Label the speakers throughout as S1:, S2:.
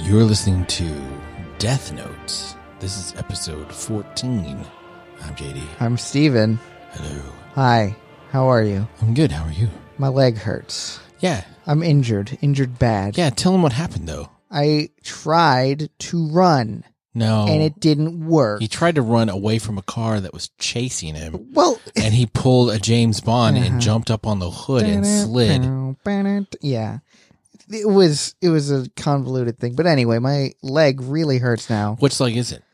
S1: You're listening to Death Notes. This is episode 14. I'm JD.
S2: I'm Steven.
S1: Hello.
S2: Hi. How are you?
S1: I'm good. How are you?
S2: My leg hurts.
S1: Yeah.
S2: I'm injured, injured bad.
S1: Yeah, tell him what happened though.
S2: I tried to run
S1: No.
S2: and it didn't work.
S1: he tried to run away from a car that was chasing him
S2: well,
S1: and he pulled a James Bond
S2: Uh-huh.
S1: and jumped up on the hood and slid.
S2: Yeah. It was it was a convoluted thing. But anyway, my leg really hurts now.
S1: Which leg is it?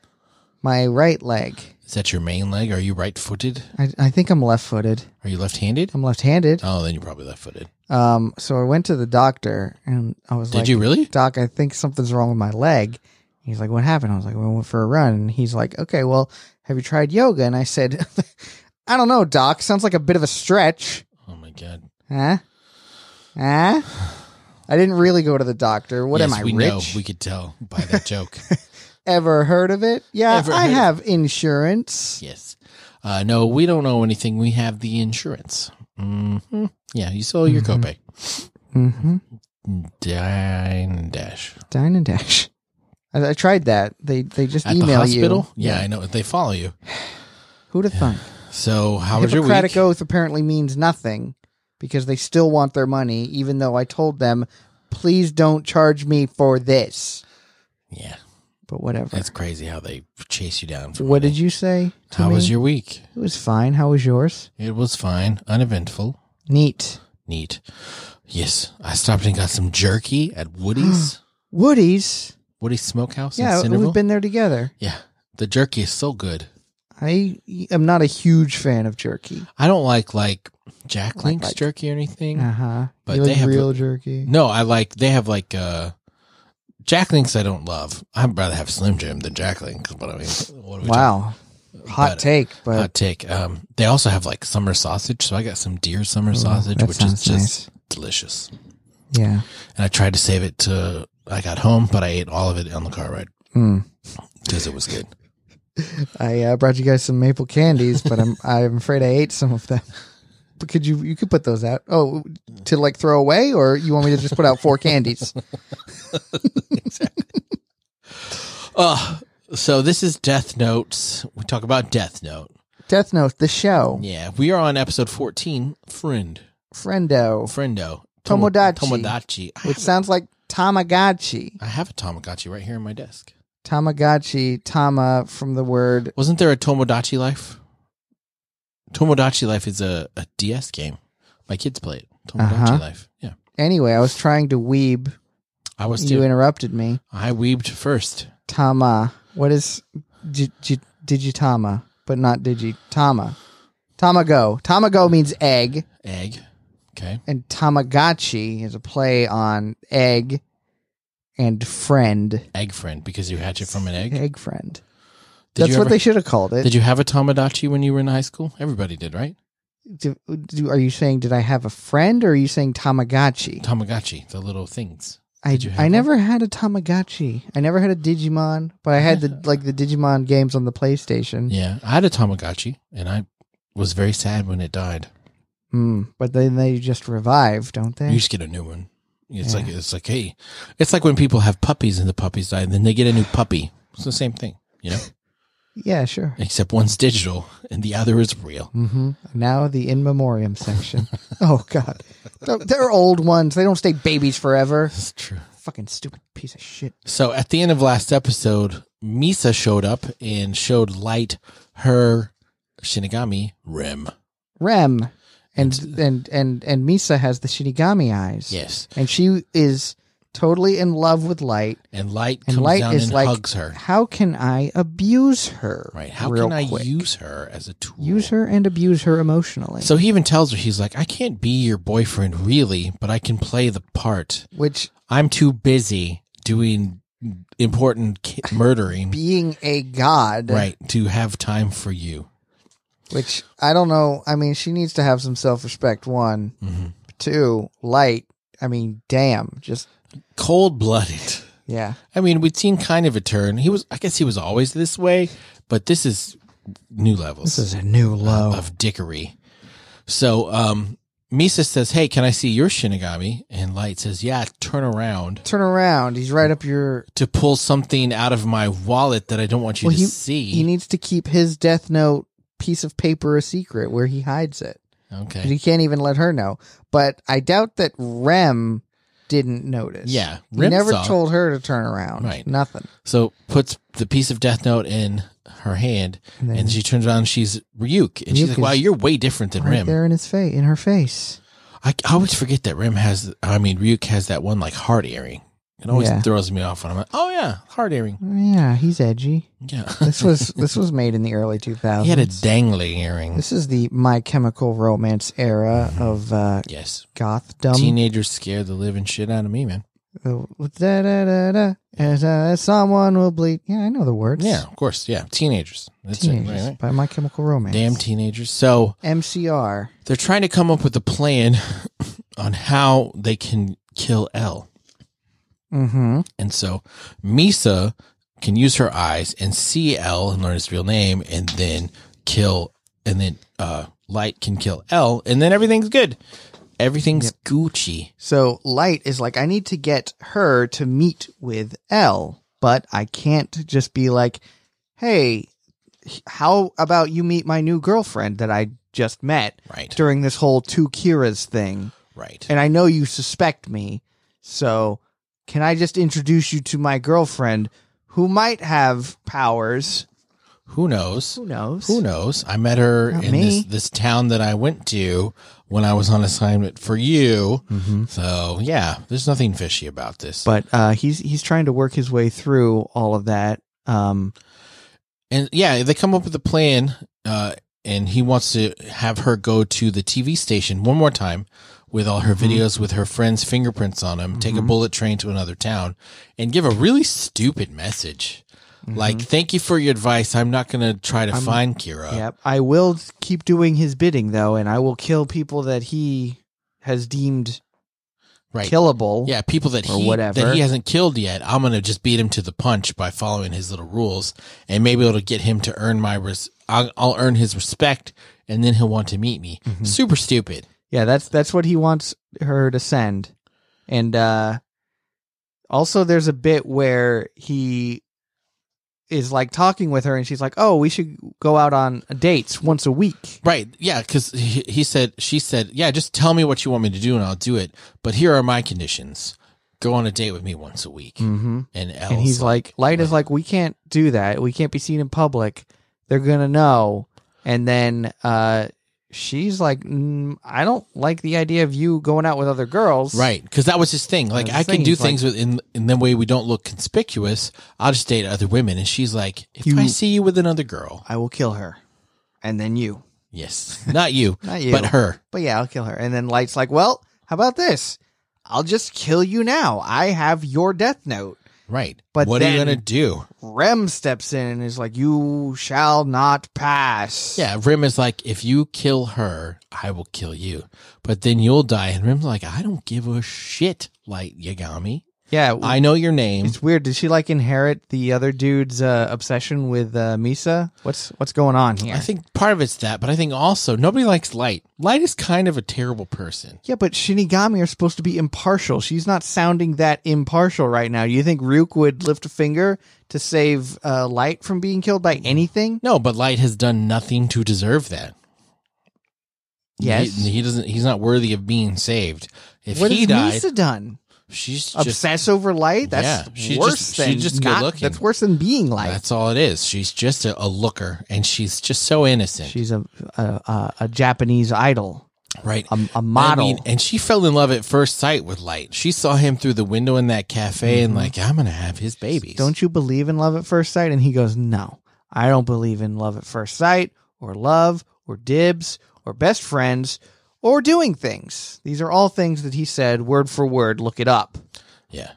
S2: My right leg.
S1: Is that your main leg? Are you right-footed?
S2: I, I think I'm left-footed.
S1: Are you left-handed?
S2: I'm left-handed.
S1: Oh, then you're probably left-footed.
S2: Um so I went to the doctor and I was
S1: Did
S2: like
S1: you really?
S2: Doc, I think something's wrong with my leg. He's like, What happened? I was like, We went for a run. And he's like, Okay, well, have you tried yoga? And I said, I don't know, Doc. Sounds like a bit of a stretch.
S1: Oh my god.
S2: Huh? Huh? I didn't really go to the doctor. What
S1: yes,
S2: am I
S1: we
S2: rich?
S1: know. We could tell by that joke.
S2: Ever heard of it? Yeah,
S1: Ever
S2: I
S1: heard of-
S2: have insurance.
S1: Yes. Uh, no, we don't know anything. We have the insurance. hmm Yeah, you saw your copay.
S2: Mm-hmm.
S1: Dine dash
S2: Dine and dash. I, I tried that. They they just
S1: at
S2: email
S1: the hospital.
S2: you.
S1: Yeah, I know they follow you.
S2: Who'd have thunk?
S1: So how was your
S2: Hippocratic
S1: week?
S2: oath apparently means nothing because they still want their money, even though I told them, please don't charge me for this.
S1: Yeah,
S2: But whatever.
S1: that's crazy how they chase you down. For
S2: What
S1: money.
S2: did you say? To
S1: How
S2: me?
S1: was your week?
S2: It was fine. How was yours?
S1: It was fine, uneventful,
S2: Neat.
S1: neat. Yes, I stopped and got some jerky at Woody's.
S2: Woody's.
S1: Woody's Smokehouse
S2: Yeah,
S1: in Centerville.
S2: we've been there together.
S1: yeah, the jerky is so good.
S2: I am not a huge fan of jerky.
S1: I don't like like Jack Link's
S2: like-
S1: jerky or anything.
S2: Uh huh.
S1: Uh-huh. But
S2: you
S1: they
S2: like
S1: have
S2: real jerky.
S1: No, I like they have like uh Jack Links I don't love. I'd rather have Slim Jim than Jack Links, but I mean what are we talking-
S2: Wow. Hot
S1: But-
S2: take, but
S1: hot take. Um they also have like summer sausage, so I got some deer summer sausage,
S2: that
S1: which is
S2: sounds
S1: just delicious.
S2: yeah.
S1: And I tried to save it to I got home, but I ate all of it on the car ride.
S2: Mm.
S1: Because it was good.
S2: I uh, brought you guys some maple candies, but I'm I'm afraid I ate some of them. But could you you could put those out? Oh, to like throw away, or you want me to just put out four candies?
S1: Oh, so this is Death Notes. We talk about Death Note.
S2: Death Note, the show,
S1: Yeah, we are on episode 14, Friend.
S2: Friendo,
S1: Friendo.
S2: Tomodachi.
S1: Tomodachi. I
S2: which
S1: have,
S2: sounds like Tamagotchi.
S1: a, I have a Tomodachi right here on my desk.
S2: Tamagotchi, Tama from the word.
S1: Wasn't there a Tomodachi Life? Tomodachi Life is a, a DS game. My kids play it. Tomodachi
S2: Uh-huh.
S1: Life. Yeah.
S2: Anyway, I was trying to weeb.
S1: I was
S2: You
S1: too.
S2: interrupted me.
S1: I weebed first.
S2: Tama. What is j- j- digitama, but not digitama? Tamago. Tamago means egg.
S1: Egg. Okay.
S2: and Tamagotchi is a play on egg and friend.
S1: Egg friend because you hatch it from an egg. Did
S2: Egg friend.
S1: you
S2: That's what
S1: ever-
S2: they should have called it.
S1: Did you have a Tomodachi when you were in high school? Everybody did, right?
S2: do, do- are you saying did I have a friend or are you saying Tamagotchi?
S1: Tamagotchi, the little things.
S2: I,
S1: Did you have
S2: I
S1: one?
S2: never had a Tamagotchi. I never had a Digimon, but I had the like the Digimon games on the PlayStation.
S1: Yeah. I had a Tamagotchi and I was very sad when it died.
S2: Hmm. but then they just revive, don't they?
S1: You just get a new one. It's
S2: Yeah.
S1: like it's like hey, it's like when people have puppies and the puppies die, and then they get a new puppy. It's the same thing, you know.
S2: yeah, sure.
S1: except one's digital and the other is real.
S2: hmm Now the in memoriam section. oh God, They're- they're old ones. They don't stay babies forever.
S1: That's true.
S2: Fucking stupid piece of shit.
S1: So at the end of last episode, Misa showed up and showed Light her Shinigami rim.
S2: Rem, and and and and Misa has the Shinigami eyes.
S1: Yes,
S2: and she is totally in love with Light.
S1: and Light
S2: And
S1: comes
S2: Light
S1: down
S2: is
S1: and
S2: like-
S1: hugs her.
S2: How can I abuse her?
S1: Right? How
S2: real
S1: can I
S2: quick?
S1: use her as a tool?
S2: Use her and abuse her emotionally?
S1: So he even tells her he's like, I can't be your boyfriend really, but I can play the part.
S2: Which
S1: I'm too busy doing important ki- murdering,
S2: being a god,
S1: right, to have time for you.
S2: Which I don't know. I mean, she needs to have some self respect. One,
S1: Mm-hmm.
S2: two, Light. I mean, damn, just
S1: Cold blooded.
S2: yeah.
S1: I mean, we'd seen kind of a turn. He was, I guess, he was always this way, but this is new levels
S2: Uh, This is a new low.
S1: of dickery. So, um, Misa says, Hey, can I see your Shinigami? And Light says, Yeah, turn around
S2: Turn around. He's right up your.
S1: to pull something out of my wallet that I don't want you
S2: Well,
S1: to
S2: he-
S1: see.
S2: He needs to keep his Death Note piece of paper a secret where he hides it.
S1: okay.
S2: And he can't even let her know. But I doubt that Rem didn't notice.
S1: yeah.
S2: He
S1: Rim
S2: never
S1: saw it.
S2: told her to turn around.
S1: Right.
S2: Nothing.
S1: So puts the piece of Death Note in her hand,
S2: And then
S1: and she turns around. And she's Ryuk, and she's
S2: Ryuk
S1: like, "Wow,
S2: is
S1: you're way different than
S2: right
S1: Rim."
S2: there in his face, in her face.
S1: I, I always forget that Rim has. I mean, Ryuk has that one like heart earring. It always
S2: Yeah.
S1: throws me off when I'm like, "Oh yeah, heart earring."
S2: Yeah, he's edgy.
S1: Yeah,
S2: This was this was made in the early 2000s.
S1: he had a Mm-hmm. dangly earring.
S2: This is the My Chemical Romance era of uh,
S1: Yes,
S2: gothdom.
S1: teenagers scare the living shit out of me, man.
S2: The- da, da, da, da, as, uh, someone will bleed. Yeah, I know the words.
S1: Yeah, of course. Yeah, teenagers. That's
S2: Teenagers
S1: it. Right, right.
S2: by My Chemical Romance.
S1: Damn teenagers. So
S2: MCR.
S1: they're trying to come up with a plan on how they can kill L.
S2: Mm-hmm.
S1: And so Misa can use her eyes and see L and learn his real name and then kill and then uh Light can kill L and then everything's good. Everything's Gucci.
S2: So Light is like, I need to get her to meet with L, but I can't just be like, hey, h- how about you meet my new girlfriend that I just met
S1: Right.
S2: during this whole two Kiras thing?
S1: Right.
S2: and I know you suspect me. So, can I just introduce you to my girlfriend who might have powers?
S1: Who knows?
S2: Who knows?
S1: Who knows? I met her
S2: Not
S1: in
S2: me.
S1: this this town that I went to when I was on assignment for you. So yeah, there's nothing fishy about this.
S2: But uh, he's he's trying to work his way through all of that. Um,
S1: and yeah, they come up with a plan, uh, and he wants to have her go to the TV station one more time with all her
S2: Mm-hmm.
S1: videos with her friends' fingerprints on them, take a bullet train to another town, and give a really stupid message. Like, thank you for your advice. I'm not going to try to
S2: Mm-hmm. I'm-
S1: find Kira.
S2: yep. I will keep doing his bidding though, and I will kill people that he has deemed
S1: Right.
S2: killable.
S1: yeah, people that
S2: Or
S1: he
S2: whatever.
S1: that he hasn't killed yet. I'm going to just beat him to the punch by following his little rules, and maybe it'll get him to earn my res- I'll, I'll earn his respect, and then he'll want to meet me.
S2: Mhm.
S1: Super stupid.
S2: Yeah, that's that's what he wants her to send. And uh also there's a bit where he is like talking with her and she's like, "Oh, we should go out on dates once a week."
S1: Right. Yeah. Because he, he said, she said, yeah, just tell me what you want me to do and I'll do it. But here are my conditions. Go on a date with me once a week.
S2: Mhm.
S1: And Elle's
S2: And he's like, "Light is like, we can't do that. We can't be seen in public. They're going to know." And then uh she's like, mm, "I don't like the idea of you going out with other girls."
S1: right. Because that was his thing. Like,
S2: That was
S1: I
S2: his
S1: can
S2: thing.
S1: do
S2: He's like-
S1: things with, in, in the way we don't look conspicuous. I'll just date other women. And she's like, if
S2: You-
S1: I see you with another girl,
S2: I will kill her. And then you.
S1: yes, not you,
S2: Not you.
S1: but her.
S2: But yeah, I'll kill her. And then Light's like, well, how about this? I'll just kill you now. I have your death note.
S1: Right.
S2: But
S1: what are you
S2: then-
S1: going to do?
S2: Rem steps in and is like, you shall not pass.
S1: Yeah. Rim is like, if you kill her, I will kill you. But then you'll die. And Rim's like, I don't give a shit, Light Yagami.
S2: Yeah.
S1: I know your name.
S2: it's weird. Did she like inherit the other dude's uh, obsession with uh, Misa? What's what's going on here?
S1: I think part of it's that, but I think also nobody likes Light. Light is kind of a terrible person.
S2: yeah, but Shinigami are supposed to be impartial. She's not sounding that impartial right now. You think Ryuk would lift a finger to save uh, Light from being killed by anything?
S1: No, but Light has done nothing to deserve that.
S2: Yes.
S1: he, he doesn't. He's not worthy of being saved. If
S2: What
S1: he
S2: has
S1: died,
S2: Misa done?
S1: she's just
S2: obsess over light. That's
S1: Yeah, she's
S2: worse
S1: just-
S2: than
S1: she's just
S2: not.
S1: good-looking.
S2: That's worse than being light.
S1: that's all it is. She's just a, a looker, and she's just so innocent,
S2: She's a a, a a Japanese idol,
S1: right?
S2: a, a
S1: I
S2: model.
S1: mean, and she fell in love at first sight with Light. She saw him through the window in that cafe, and like, I'm gonna have his babies.
S2: Mm-hmm. don't you believe in love at first sight? And he goes, No, I don't believe in love at first sight, or love, or dibs, or best friends, or doing things. These are all things that he said word for word. Look it up.
S1: Yeah.
S2: Mm-hmm.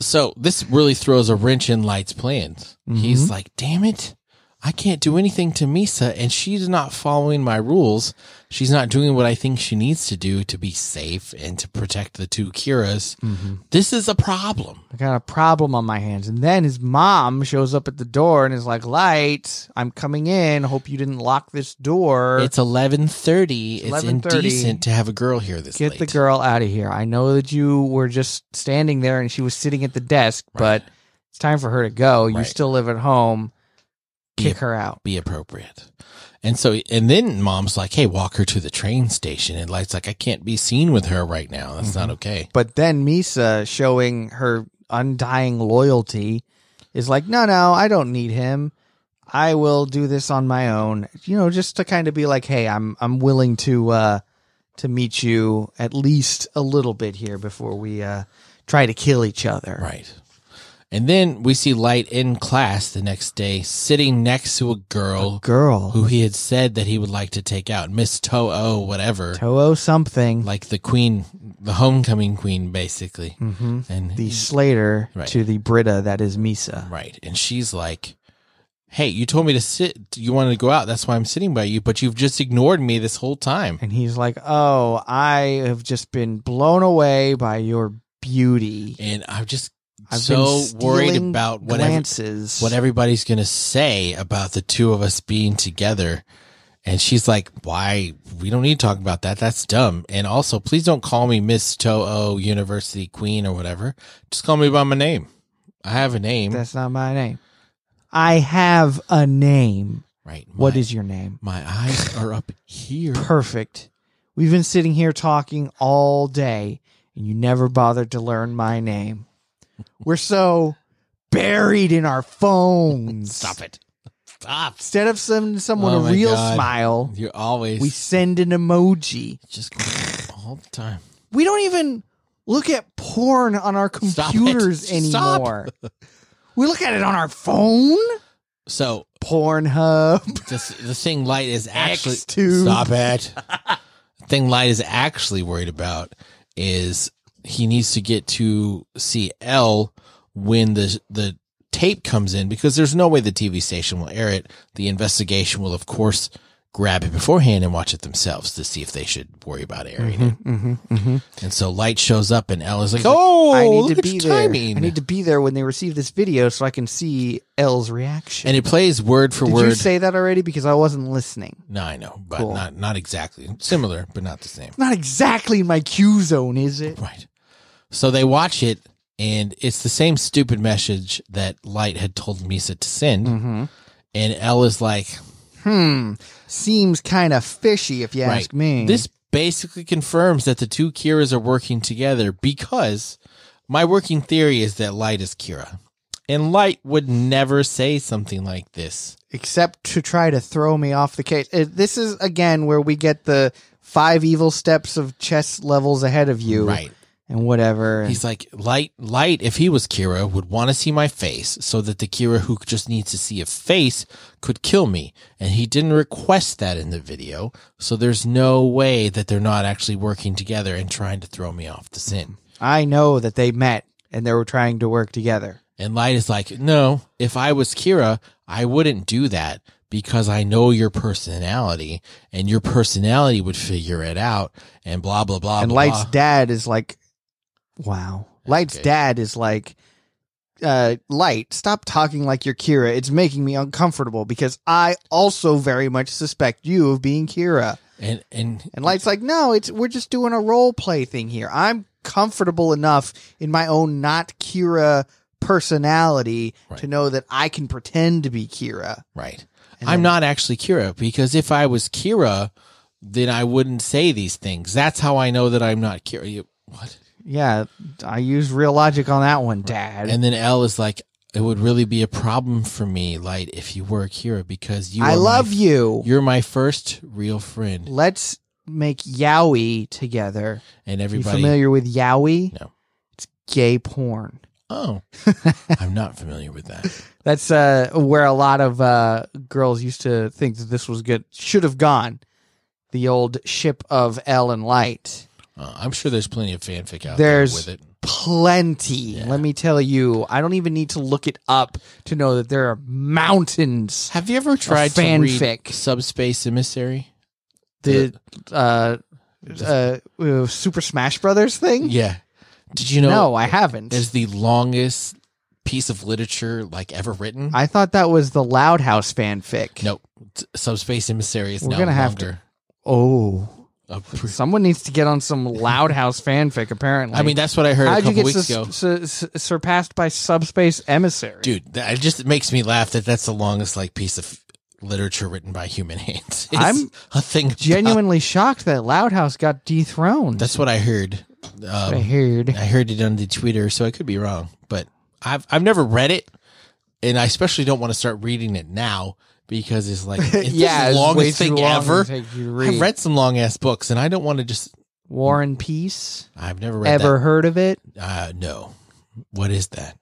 S1: So this really throws a wrench in Light's plans. He's like, damn it. I can't do anything to Misa, and she's not following my rules. She's not doing what I think she needs to do to be safe and to protect the two Kiras.
S2: Mm-hmm.
S1: This is a problem.
S2: I got a problem on my hands. And then his mom shows up at the door and is like, "Light, I'm coming in. Hope you didn't lock this door.
S1: It's eleven thirty. It's
S2: 11:30.
S1: indecent to have a girl here this
S2: Get
S1: late.
S2: the girl out of here. I know that you were just standing there and she was sitting at the desk,
S1: Right.
S2: but it's time for her to go. You
S1: Right.
S2: still live at home. Kick
S1: Yeah.
S2: her out.
S1: Be appropriate. And so, and then mom's like, "Hey, walk her to the train station." And Light's like, "I can't be seen with her right now. That's
S2: Mm-hmm.
S1: not okay."
S2: But then Misa, showing her undying loyalty, is like, no, no, I don't need him. I will do this on my own. You know, just to kind of be like, hey, I'm I'm willing to uh to meet you at least a little bit here before we uh try to kill each other.
S1: Right. And then we see Light in class the next day, sitting next to a girl
S2: Girl,
S1: who he had said that he would like to take out, Miss Toho, whatever,
S2: Toho something.
S1: like the queen, the homecoming queen, basically.
S2: hmm
S1: And
S2: The Slater
S1: Right.
S2: to the Brita that is Misa.
S1: right, and she's like, "Hey, you told me to sit. You wanted to go out. That's why I'm sitting by you. But you've just ignored me this whole time."
S2: And he's like, "Oh, I have just been blown away by your beauty."
S1: And I'm just
S2: I've
S1: so
S2: been
S1: worried
S2: stealing
S1: about what ev-
S2: glances.
S1: what everybody's gonna say about the two of us being together. And she's like, "Why? We don't need to talk about that. That's dumb." And also, please don't call me Miss Toho University Queen or whatever. Just call me by my name. I have a name,
S2: That's not my name. I have a name.
S1: right? My,
S2: What is your name?
S1: my eyes are up here?
S2: Perfect. We've been sitting here talking all day, and you never bothered to learn my name. We're so buried in our phones.
S1: Stop it! Stop!
S2: Instead of sending someone
S1: Oh
S2: a
S1: my
S2: real
S1: God.
S2: smile,
S1: You're always
S2: we send an emoji.
S1: just all the time.
S2: We don't even look at porn on our
S1: Stop it.
S2: computers
S1: Stop.
S2: anymore. we look at it on our phone.
S1: So
S2: Pornhub.
S1: this, the thing light is actually
S2: Xtube.
S1: stop it. the thing light is actually worried about is he needs to get to see L when the the tape comes in because there's no way the TV station will air it. The investigation will of course grab it beforehand and watch it themselves to see if they should worry about airing
S2: Mm-hmm.
S1: it. And so Light shows up and L is like, "Oh,
S2: I need
S1: look
S2: to
S1: at
S2: be
S1: your
S2: there.
S1: timing."
S2: I need to be there when they receive this video so I can see L's reaction.
S1: and it plays word for
S2: Did
S1: word.
S2: you say that already? Because I wasn't listening.
S1: no, I know, but
S2: Cool.
S1: not not exactly similar, but not the same.
S2: Not exactly in my Q zone, is it?
S1: Right. So they watch it, and it's the same stupid message that Light had told Misa to send.
S2: Mm-hmm.
S1: And Elle is like,
S2: Hmm. Seems kind of fishy, if you
S1: Right.
S2: ask me.
S1: this basically confirms that the two Kiras are working together because my working theory is that Light is Kira. And Light would never say something like this.
S2: except to try to throw me off the case. Uh, This is again where we get the five evil steps of chess levels ahead of you,
S1: Right.
S2: And whatever.
S1: He's like, Light, Light, if he was Kira, would want to see my face so that the Kira who just needs to see a face could kill me. And he didn't request that in the video. So there's no way that they're not actually working together and trying to throw me off the sin.
S2: I know that they met and they were trying to work together.
S1: And Light is like, no, if I was Kira, I wouldn't do that because I know your personality and your personality would figure it out and blah, blah, blah.
S2: and
S1: blah,
S2: Light's
S1: blah.
S2: dad is like, wow. Light's
S1: Okay.
S2: dad is like, uh, Light, stop talking like you're Kira. It's making me uncomfortable because I also very much suspect you of being Kira.
S1: and, and,
S2: And Light's like, no, it's we're just doing a role play thing here. I'm comfortable enough in my own not Kira personality
S1: Right.
S2: to know that I can pretend to be Kira.
S1: Right.
S2: And
S1: I'm
S2: then-
S1: not actually Kira because if I was Kira, then I wouldn't say these things. That's how I know that I'm not Kira. You- What?
S2: Yeah, I use real logic on that one, Dad.
S1: And then L is like, it would really be a problem for me, Light, if you were Kira because you.
S2: I
S1: are
S2: love
S1: my,
S2: you.
S1: You're my first real friend,
S2: Let's make Yowie together.
S1: and
S2: You
S1: everybody.
S2: familiar with Yowie?
S1: No.
S2: It's gay porn.
S1: Oh, I'm not familiar with that.
S2: That's uh, where a lot of uh, girls used to think that this was good. Should have gone. The old ship of L and Light.
S1: Uh, I'm sure there's plenty of fanfic out
S2: There's-
S1: there with it.
S2: plenty.
S1: Yeah.
S2: Let me tell you, I don't even need to look it up to know that there are mountains.
S1: Have you ever tried to read
S2: fanfic.
S1: Subspace Emissary?
S2: The uh, uh, uh, Super Smash Brothers thing?
S1: Yeah. Did you know?
S2: no, I haven't.
S1: Is the longest piece of literature like ever written?
S2: I thought that was the Loud House fanfic.
S1: no. T- Subspace Emissary is
S2: We're
S1: now
S2: gonna have to-
S1: longer.
S2: Oh,
S1: A pr-
S2: someone needs to get on some Loud House fanfic. Apparently,
S1: I mean, that's what I heard a
S2: how'd you
S1: couple
S2: get
S1: weeks
S2: sus-
S1: ago.
S2: su- su- surpassed by Subspace Emissary?
S1: Dude, that, it just makes me laugh that that's the longest like piece of literature written by human hands. It's
S2: I'm
S1: a thing.
S2: genuinely shocked that Loud House got dethroned.
S1: That's what I heard. Um,
S2: I heard.
S1: I heard it on the Twitter, so I could be wrong, but I've I've never read it, and I especially don't want to start reading it now because it's like it's
S2: yeah,
S1: the
S2: it's way
S1: longest
S2: too
S1: thing
S2: long to
S1: ever.
S2: take you to
S1: I've read some long ass books, and I don't want to just.
S2: War and Peace.
S1: I've never read
S2: Ever heard of it?
S1: that. Uh, no, what is that?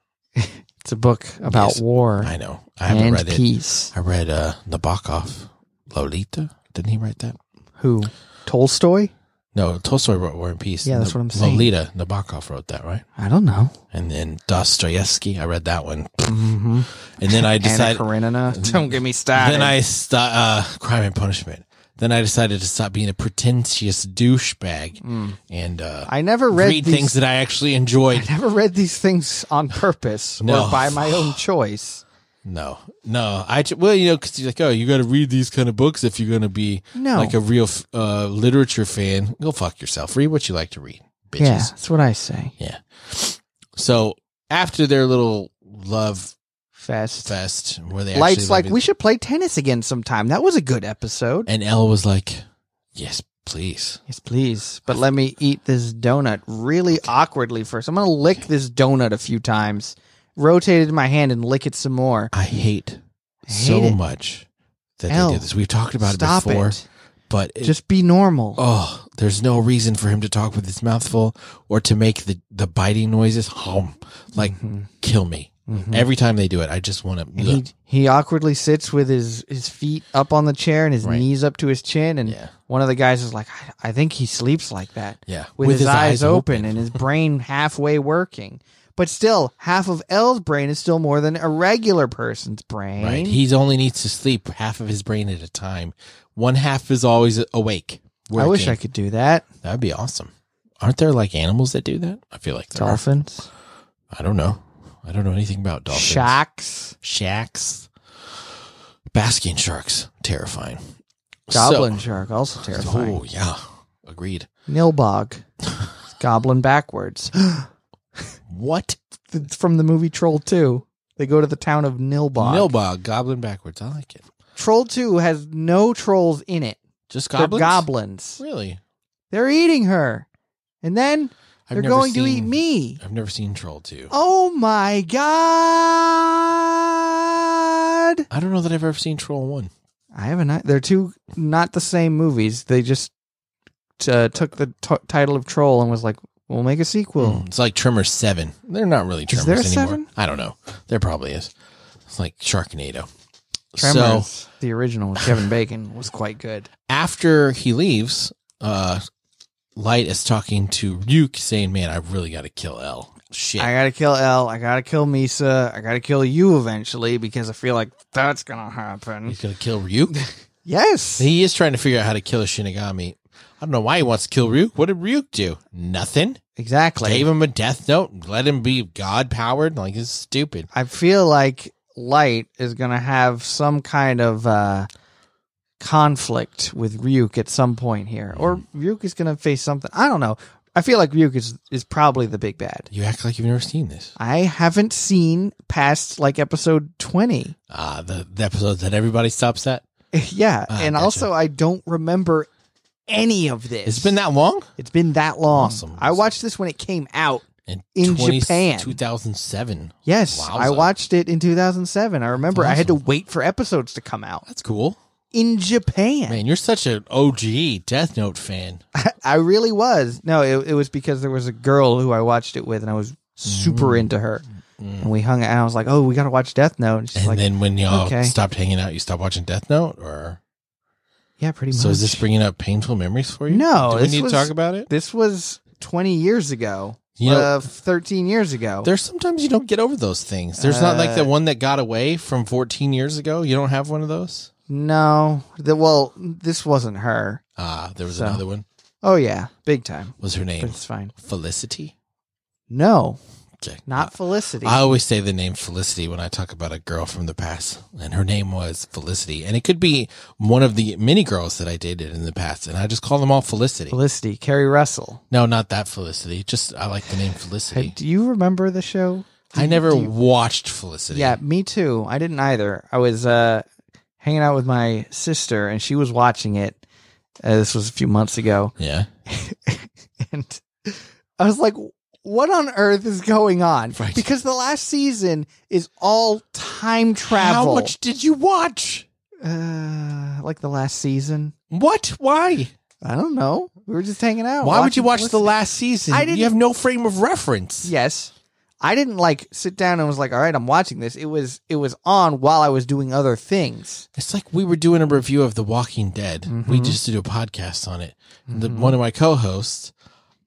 S2: It's a book about
S1: Yes.
S2: war
S1: I know. I haven't
S2: and
S1: read it.
S2: peace.
S1: I read uh, Nabokov, Lolita. Didn't he write that?
S2: Who? Tolstoy?
S1: No, Tolstoy wrote War and Peace.
S2: Yeah, that's
S1: Lo-
S2: what I'm saying.
S1: Lolita Nabokov wrote that, right?
S2: I don't know.
S1: And then Dostoevsky. I read that one,
S2: Mm-hmm.
S1: and then I decided.
S2: Anna Karenina. Don't get me started.
S1: Then I sto- uh, crime and punishment. Then I decided to stop being a pretentious douchebag and uh,
S2: Hmm. I never read
S1: read
S2: these,
S1: things that I actually enjoyed.
S2: I never read these things on purpose
S1: No.
S2: or by my own choice.
S1: No, no. I ju- well, you know, because you're like, oh, you got to read these kind of books if you're going to be
S2: No.
S1: like a real f- uh, literature fan. Go fuck yourself. Read what you like to read, bitches.
S2: Yeah, that's what I say.
S1: So after their little love
S2: Fest.
S1: fest, where they
S2: Lights
S1: actually
S2: like
S1: loved
S2: we
S1: it-
S2: should play tennis again sometime. That was a good episode.
S1: and Elle was like, yes, please.
S2: Yes, please. But let me eat this donut really awkwardly first. I'm going to lick this donut a few times, rotate it in my hand, and lick it some more.
S1: I hate
S2: I hate
S1: so
S2: it.
S1: much that
S2: Elle,
S1: they did this. We've talked about
S2: Stop
S1: it before,
S2: it.
S1: but it,
S2: Just be normal.
S1: oh, there's no reason for him to talk with his mouth full or to make the the biting noises. Home, like
S2: Mm-hmm.
S1: kill me every time they do it. I just want
S2: Hmm. And Mm-hmm. he,
S1: to.
S2: he awkwardly sits with his, his feet up on the chair and his
S1: Right.
S2: knees up to his chin. And
S1: Yeah.
S2: one of the guys is like, I, I think he sleeps like that.
S1: Yeah,
S2: With, his, eyes, open, and his brain halfway working. But still, half of L's brain is still more than a regular person's brain.
S1: Right, he only needs to sleep half of his brain at a time. One half is always awake.
S2: I wish I could do that.
S1: That'd be awesome. Aren't there like animals that do that? I feel like there are.
S2: Dolphins.
S1: I don't know. I don't know anything about dolphins.
S2: Shacks.
S1: Shacks. Basking sharks. Terrifying.
S2: Goblin shark, also
S1: So-
S2: terrifying.
S1: oh, yeah. Agreed.
S2: Nilbog. Goblin backwards.
S1: What?
S2: It's From the movie Troll 2. They go to the town of Nilbog.
S1: Nilbog. Goblin backwards. I like it.
S2: Troll 2 has no trolls in it.
S1: Just
S2: They're
S1: goblins?
S2: goblins.
S1: Really?
S2: They're eating her. And then
S1: I've
S2: they're
S1: never
S2: going to
S1: seen-
S2: eat me.
S1: I've never seen Troll 2.
S2: Oh my god.
S1: I don't know that I've ever seen Troll 1.
S2: I haven't. I- They're two not the same movies. They just uh, took the t- title of Troll and was like, we'll make a sequel.
S1: Mm, It's like Tremor 7. They're not really Tremors
S2: there a
S1: anymore.
S2: seven?
S1: I don't know. There probably is. It's like Sharknado. So,
S2: Tremors, the original with Kevin Bacon, was quite good.
S1: after he leaves, uh, Light is talking to Ryuk, saying, "Man, I really got to kill L. Shit,
S2: I gotta kill L. I gotta kill Misa. I gotta kill you eventually because I feel like that's gonna happen.
S1: he's gonna kill Ryuk.
S2: Yes.
S1: he is trying to figure out how to kill a Shinigami. I don't know why he wants to kill Ryuk. What did Ryuk do? Nothing. Gave
S2: exactly.
S1: him a death note. Let him be god powered. Like it's stupid.
S2: I feel like Light is gonna have some kind of uh, conflict with Ryuk at some point here, or
S1: Mm-hmm.
S2: Ryuk is gonna face something. I don't know. I feel like Ryuk is is probably the big bad.
S1: You act like you've never seen this.
S2: I haven't seen past like episode twenty.
S1: Ah, the, the episode that everybody stops at.
S2: Yeah,
S1: Ah,
S2: and
S1: gotcha.
S2: also I don't remember any of this.
S1: It's been that long.
S2: it's been that long.
S1: Awesome.
S2: I watched this when it came out. In Japan.
S1: two thousand seven.
S2: Yes,
S1: Wowza.
S2: I watched it in 2007. I remember I had to wait for episodes to come out
S1: That's cool,
S2: in Japan.
S1: man. You're such an OG Death Note fan.
S2: I really was. No, it, it was because there was a girl who I watched it with, and I was super
S1: Mm.
S2: into her. And we hung out. And I was like, "Oh, we got to watch Death Note." And she's
S1: And
S2: like,
S1: then when y'all
S2: okay.
S1: stopped hanging out, you stopped watching Death Note, or
S2: "Yeah, pretty much."
S1: so is this bringing up painful memories for you?
S2: No,
S1: do we
S2: this
S1: need
S2: was-
S1: to talk about it?
S2: This was 20 years ago.
S1: You know,
S2: uh, 13 years ago.
S1: there's sometimes you don't get over those things. There's not like
S2: Uh,
S1: the one that got away from 14 years ago. You don't have one of those.
S2: No, the, well, this wasn't her.
S1: Ah, there was
S2: So.
S1: another one.
S2: Oh yeah, big time.
S1: Was her
S2: But
S1: name
S2: it's fine.
S1: Felicity?
S2: No,
S1: Okay.
S2: not Felicity.
S1: I always say the name Felicity when I talk about a girl from the past, and her name was Felicity, and it could be one of the many girls that I dated in the past, and I just call them all Felicity.
S2: Felicity, Carrie Russell.
S1: No, not that Felicity. Just I like the name Felicity.
S2: Hey, do you remember the show? Do
S1: I
S2: you-
S1: never
S2: do you-
S1: watched Felicity.
S2: yeah, me too. I didn't either. I was uh, hanging out with my sister, and she was watching it. Uh, this was a few months ago,
S1: yeah,
S2: and I was like, "What on earth is going on?"
S1: Right.
S2: Because the last season is all time travel.
S1: How much did you watch?
S2: Uh, like the last season.
S1: What? Why?
S2: I don't know. We were just hanging out.
S1: Why would you watch
S2: watching
S1: the last season?
S2: I didn't-
S1: you have no frame of reference.
S2: Yes. I didn't like sit down and was like, "All right, I'm watching this." It was it was on while I was doing other things.
S1: It's like we were doing a review of The Walking Dead. We
S2: Mhm.
S1: just did a podcast on it. And The,
S2: Mhm.
S1: one of my co-hosts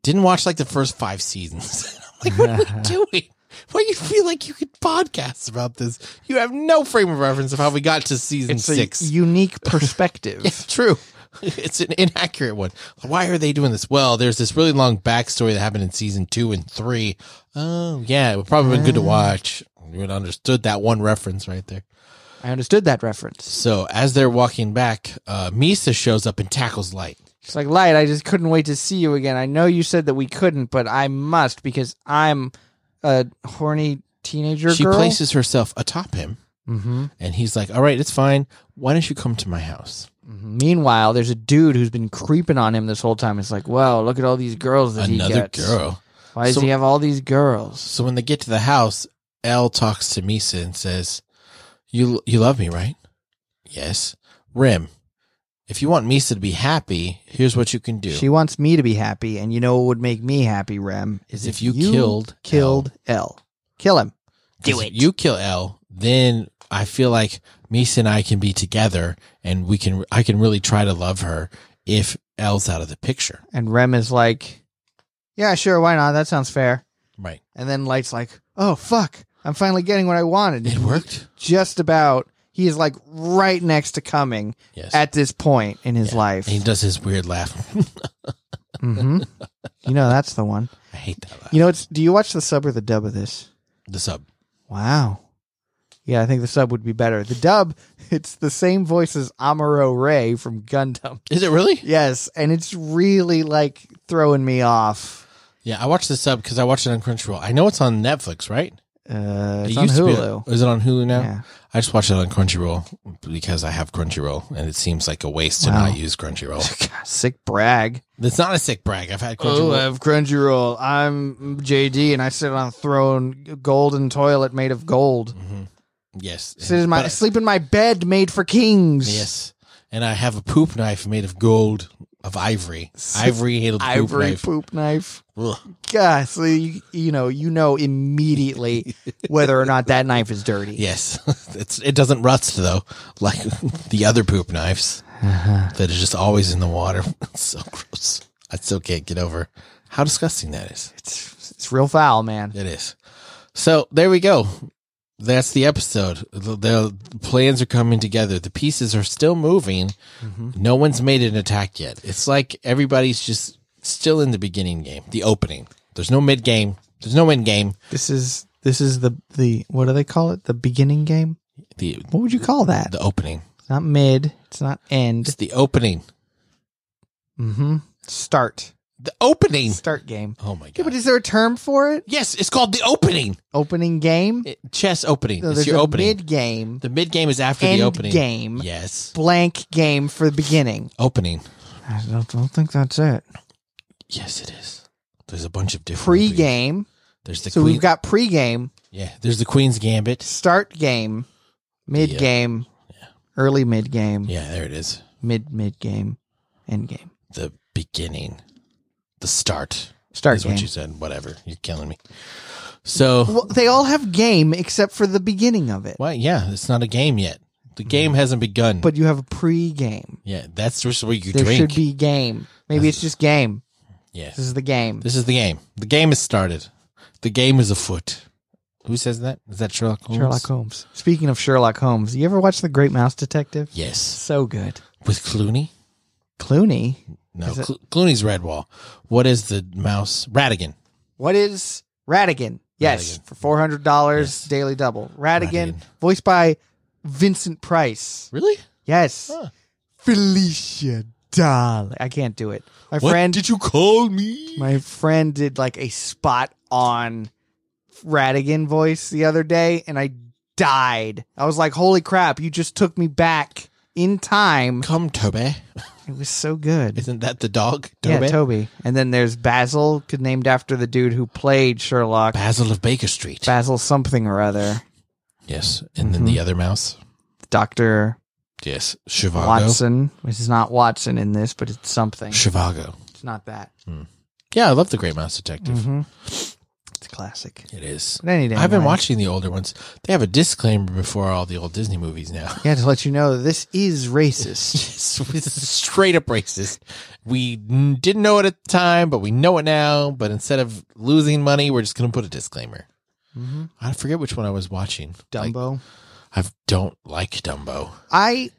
S1: didn't watch like the first five seasons. I'm like, what are we doing? Why do you feel like you could podcast about this? You have no frame of reference of how we got to season
S2: It's
S1: six.
S2: a unique perspective.
S1: It's true. It's an inaccurate one. Why are they doing this? Well, there's this really long backstory that happened in season two and three. Oh, yeah. It would probably been good to
S2: Ah.
S1: watch. You would have understood that one reference right there.
S2: I understood that reference.
S1: So as they're walking back, uh, Misa shows up and tackles Light.
S2: She's like, "Light, I just couldn't wait to see you again. I know you said that we couldn't, but I must because I'm a horny teenager
S1: she
S2: girl."
S1: places herself atop him,
S2: hmm
S1: and he's like, All right, it's fine. Why don't you come to my house?
S2: Mm-hmm. Meanwhile, there's a dude who's been creeping on him this whole time. It's like, "Wow, look at all these girls that he
S1: Another
S2: gets.
S1: girl.
S2: Why does
S1: So-
S2: he have all these girls?"
S1: So when they get to the house, Elle talks to Misa and says, "You you love me, right? Yes, Rim. If you want Misa to be happy, here's what you can do:
S2: She wants me to be happy, and you know what would make me happy, Rem, is
S1: If you killed
S2: killed L. Kill him.
S1: 'Cause
S2: do
S1: if
S2: it.
S1: You kill Elle, then I feel like Misa and I can be together, and we can. I can really try to love her if Elle's out of the picture,
S2: And Rem is like, Yeah, sure, why not? That sounds fair.
S1: right?
S2: And then Light's like, Oh fuck. I'm finally getting what I wanted.
S1: It worked.
S2: Just about he is like right next to coming
S1: Yes.
S2: at this point in his
S1: Yeah.
S2: life.
S1: and he does his weird laugh.
S2: hmm you know that's the one.
S1: I hate that laugh.
S2: You know it's do you watch the sub or the dub of this?
S1: the sub.
S2: Wow. Yeah, I think the sub would be better. The dub, it's the same voice as Amuro Ray from Gundam.
S1: Is it really?
S2: Yes, and it's really like throwing me off.
S1: Yeah, I watched the sub because I watched it on Crunchyroll. I know it's on Netflix, right?
S2: Uh,
S1: It
S2: it's on
S1: used to be-
S2: Hulu.
S1: is it on Hulu now?
S2: Yeah.
S1: I just watch it on Crunchyroll because I have Crunchyroll, and it seems like a waste to
S2: Wow.
S1: not use Crunchyroll.
S2: God, sick brag.
S1: It's not a sick brag. I've had
S2: Oh, I
S1: Crunchyroll.
S2: have Crunchyroll. I'm JD, and I sit on a throne, golden toilet made of gold.
S1: yes,
S2: Sit in my,
S1: Mm-hmm. But-
S2: sleep in my bed made for kings.
S1: yes, and I have a poop knife made of gold of ivory, ivory handled poop
S2: Ivory
S1: knife.
S2: poop knife.
S1: Ugh.
S2: God, so you, you know, you know immediately whether or not that knife is dirty.
S1: Yes, it's it doesn't rust though, like the other poop knives that are just always in the water. It's so gross. I still can't get over how disgusting that is.
S2: It's, it's real foul, man.
S1: It is. So there we go. That's the episode. The, the plans are coming together. The pieces are still moving. No one's made an attack yet. It's like everybody's just still in the beginning game, the opening. There's no mid game. There's no end game.
S2: This is this is the the what do they call it? The beginning game.
S1: The
S2: What would you call that?
S1: the opening.
S2: It's not mid. It's not
S1: It's
S2: end.
S1: the opening.
S2: Mm-hmm. Start.
S1: The opening.
S2: Start game.
S1: Oh my
S2: Yeah, but
S1: god.
S2: is there a term for it?
S1: Yes, it's called the opening.
S2: Opening game.
S1: It- chess opening.
S2: No,
S1: it's
S2: there's
S1: your
S2: a
S1: opening.
S2: mid game,
S1: the mid game is after
S2: end
S1: the opening.
S2: game,
S1: Yes.
S2: blank game for the beginning.
S1: Opening.
S2: I don't, don't think that's it.
S1: Yes, it is. There's a bunch of different
S2: Pre
S1: openings.
S2: game.
S1: There's the
S2: So
S1: queen.
S2: we've got pre game,
S1: yeah. There's the queen's gambit.
S2: start game, mid game, early mid game,
S1: Yeah, there it is.
S2: mid mid game, end game,
S1: The beginning, the start.
S2: start
S1: is
S2: game.
S1: what you said. Whatever. You're killing me. So,
S2: Well, they all have game except for the beginning of it.
S1: well, yeah, it's not a game yet. The
S2: Mm-hmm.
S1: game hasn't begun.
S2: But you have a pre-game.
S1: yeah, that's just what you
S2: There
S1: drink.
S2: should be game. Maybe it's just game.
S1: Yeah.
S2: This is the game.
S1: This is the game. The game has started. The game is afoot. Who says that? Is that Sherlock Holmes?
S2: Sherlock Holmes. Speaking of Sherlock Holmes, you ever watch The Great Mouse Detective?
S1: Yes.
S2: So good.
S1: With Clooney?
S2: Clooney.
S1: No.
S2: Is it-
S1: Clo- Clooney's Redwall. What is the mouse? Radigan.
S2: What is Radigan? Yes,
S1: Radigan.
S2: for four hundred dollars
S1: Yes.
S2: daily double. Radigan,
S1: Radigan.
S2: voiced by Vincent Price.
S1: Really?
S2: Yes,
S1: Huh.
S2: Felicia Dolly. I can't do it. My friend,
S1: you call me?
S2: my friend did like a spot on Radigan voice the other day, and I died. I was like, "Holy crap! You just took me back in time."
S1: Come, Toby.
S2: It was so good.
S1: Isn't that the dog?
S2: Yeah,
S1: Toby?
S2: Toby. And then there's Basil, named after the dude who played Sherlock.
S1: Basil of Baker Street.
S2: Basil something or other.
S1: yes. And then
S2: Mm-hmm.
S1: the other mouse.
S2: Doctor
S1: Yes. Shivago.
S2: Watson, which is not Watson in this, but it's something.
S1: Shivago.
S2: It's not that.
S1: Yeah, I love The Great Mouse Detective.
S2: Mhm. It's a classic.
S1: It is.
S2: But any day,
S1: I've been
S2: anyway.
S1: watching the older ones. They have a disclaimer before all the old Disney movies now.
S2: Yeah, to let you know, this is racist.
S1: Yes, it's straight up racist. We n- didn't know it at the time, but we know it now. But instead of losing money, we're just going to put a disclaimer.
S2: hmm
S1: I forget which one I was watching. Mm-hmm. Like,
S2: Dumbo.
S1: I don't like Dumbo.
S2: I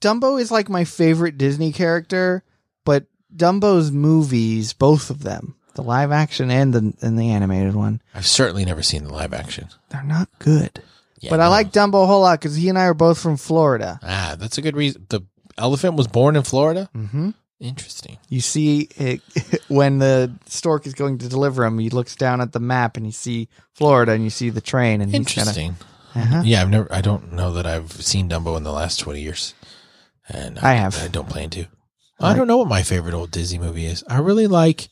S2: Dumbo is like my favorite Disney character, but Dumbo's movies, both of them, the live action and the and the animated one,
S1: I've certainly never seen the live action.
S2: they're not good.
S1: Yeah,
S2: but I
S1: no.
S2: like Dumbo a whole lot because he and I are both from Florida.
S1: Ah, that's a good reason. The elephant was born in Florida.
S2: Mm-hmm.
S1: Interesting.
S2: You see it when the stork is going to deliver him. He looks down at the map and you see Florida and you see the train and he's gonna.
S1: Interesting.
S2: Uh-huh.
S1: Yeah, I've never. I don't know that I've seen Dumbo in the last twenty years, and
S2: I have.
S1: I don't plan to.
S2: I
S1: I don't know what my favorite old Disney movie is. I really like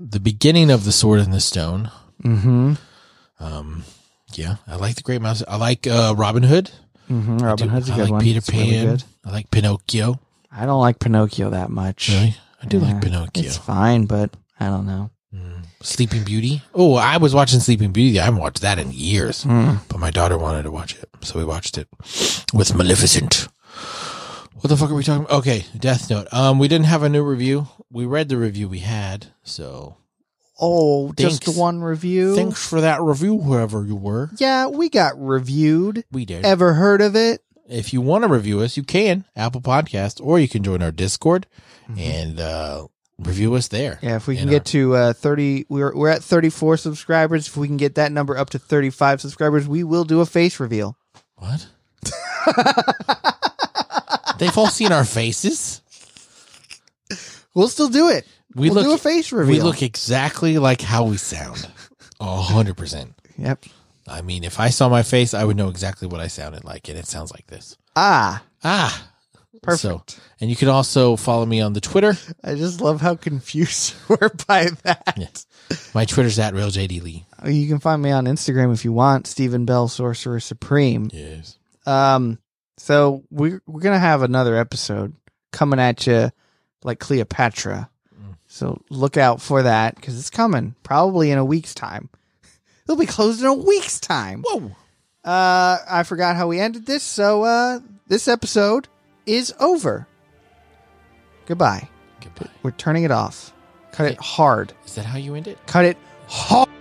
S1: the beginning of The Sword and the Stone.
S2: Mm-hmm.
S1: Um, yeah, I like The Great Mouse. I like uh, Robin Hood.
S2: Mm-hmm. Robin
S1: Dude,
S2: Hood's a
S1: I
S2: good
S1: like
S2: one.
S1: Peter
S2: It's
S1: Pan.
S2: really good.
S1: I like Pinocchio.
S2: I don't like Pinocchio that much.
S1: Really, I do
S2: Yeah,
S1: like Pinocchio.
S2: It's fine, but I don't know.
S1: Mm. Sleeping Beauty. Oh, I was watching Sleeping Beauty. I haven't watched that in years,
S2: Mm.
S1: but my daughter wanted to watch it, so we watched it with Maleficent. What the fuck are we talking about? Okay, Death Note. Um, we didn't have a new review. We read the review we had, so
S2: Oh, just
S1: Thanks.
S2: one review.
S1: thanks for that review, whoever you were.
S2: Yeah, we got reviewed.
S1: We did.
S2: Ever heard of it?
S1: if you want to review us, you can Apple Podcast, or you can join our Discord and uh, review us there.
S2: Mm-hmm. Yeah, if we
S1: In
S2: can
S1: our-
S2: get to uh, thirty, we're we're at thirty four subscribers. If we can get that number up to thirty five subscribers, we will do a face reveal.
S1: What? They've all seen our faces.
S2: We'll still do it.
S1: We
S2: will
S1: look
S2: do a face reveal.
S1: we look exactly like how we sound. A hundred percent.
S2: Yep.
S1: I mean, if I saw my face, I would know exactly what I sounded like, and it sounds like this.
S2: Ah,
S1: Ah, So,
S2: perfect.
S1: and you can also follow me on the Twitter.
S2: I just love how confused you we're by that.
S1: My Twitter's at realjdlee.
S2: Oh, You can find me on Instagram if you want, Stephen Bell Sorcerer Supreme.
S1: Yes.
S2: Um, so we're we're gonna have another episode coming at you like Cleopatra.
S1: Mm.
S2: So look out for that because it's coming probably in a week's time. It'll be closed in a week's time.
S1: Whoa.
S2: Uh, I forgot how we ended this, so uh, this episode is over. Goodbye.
S1: Goodbye.
S2: We're turning it off. Cut it hard.
S1: Is that how you end it?
S2: Cut it hard.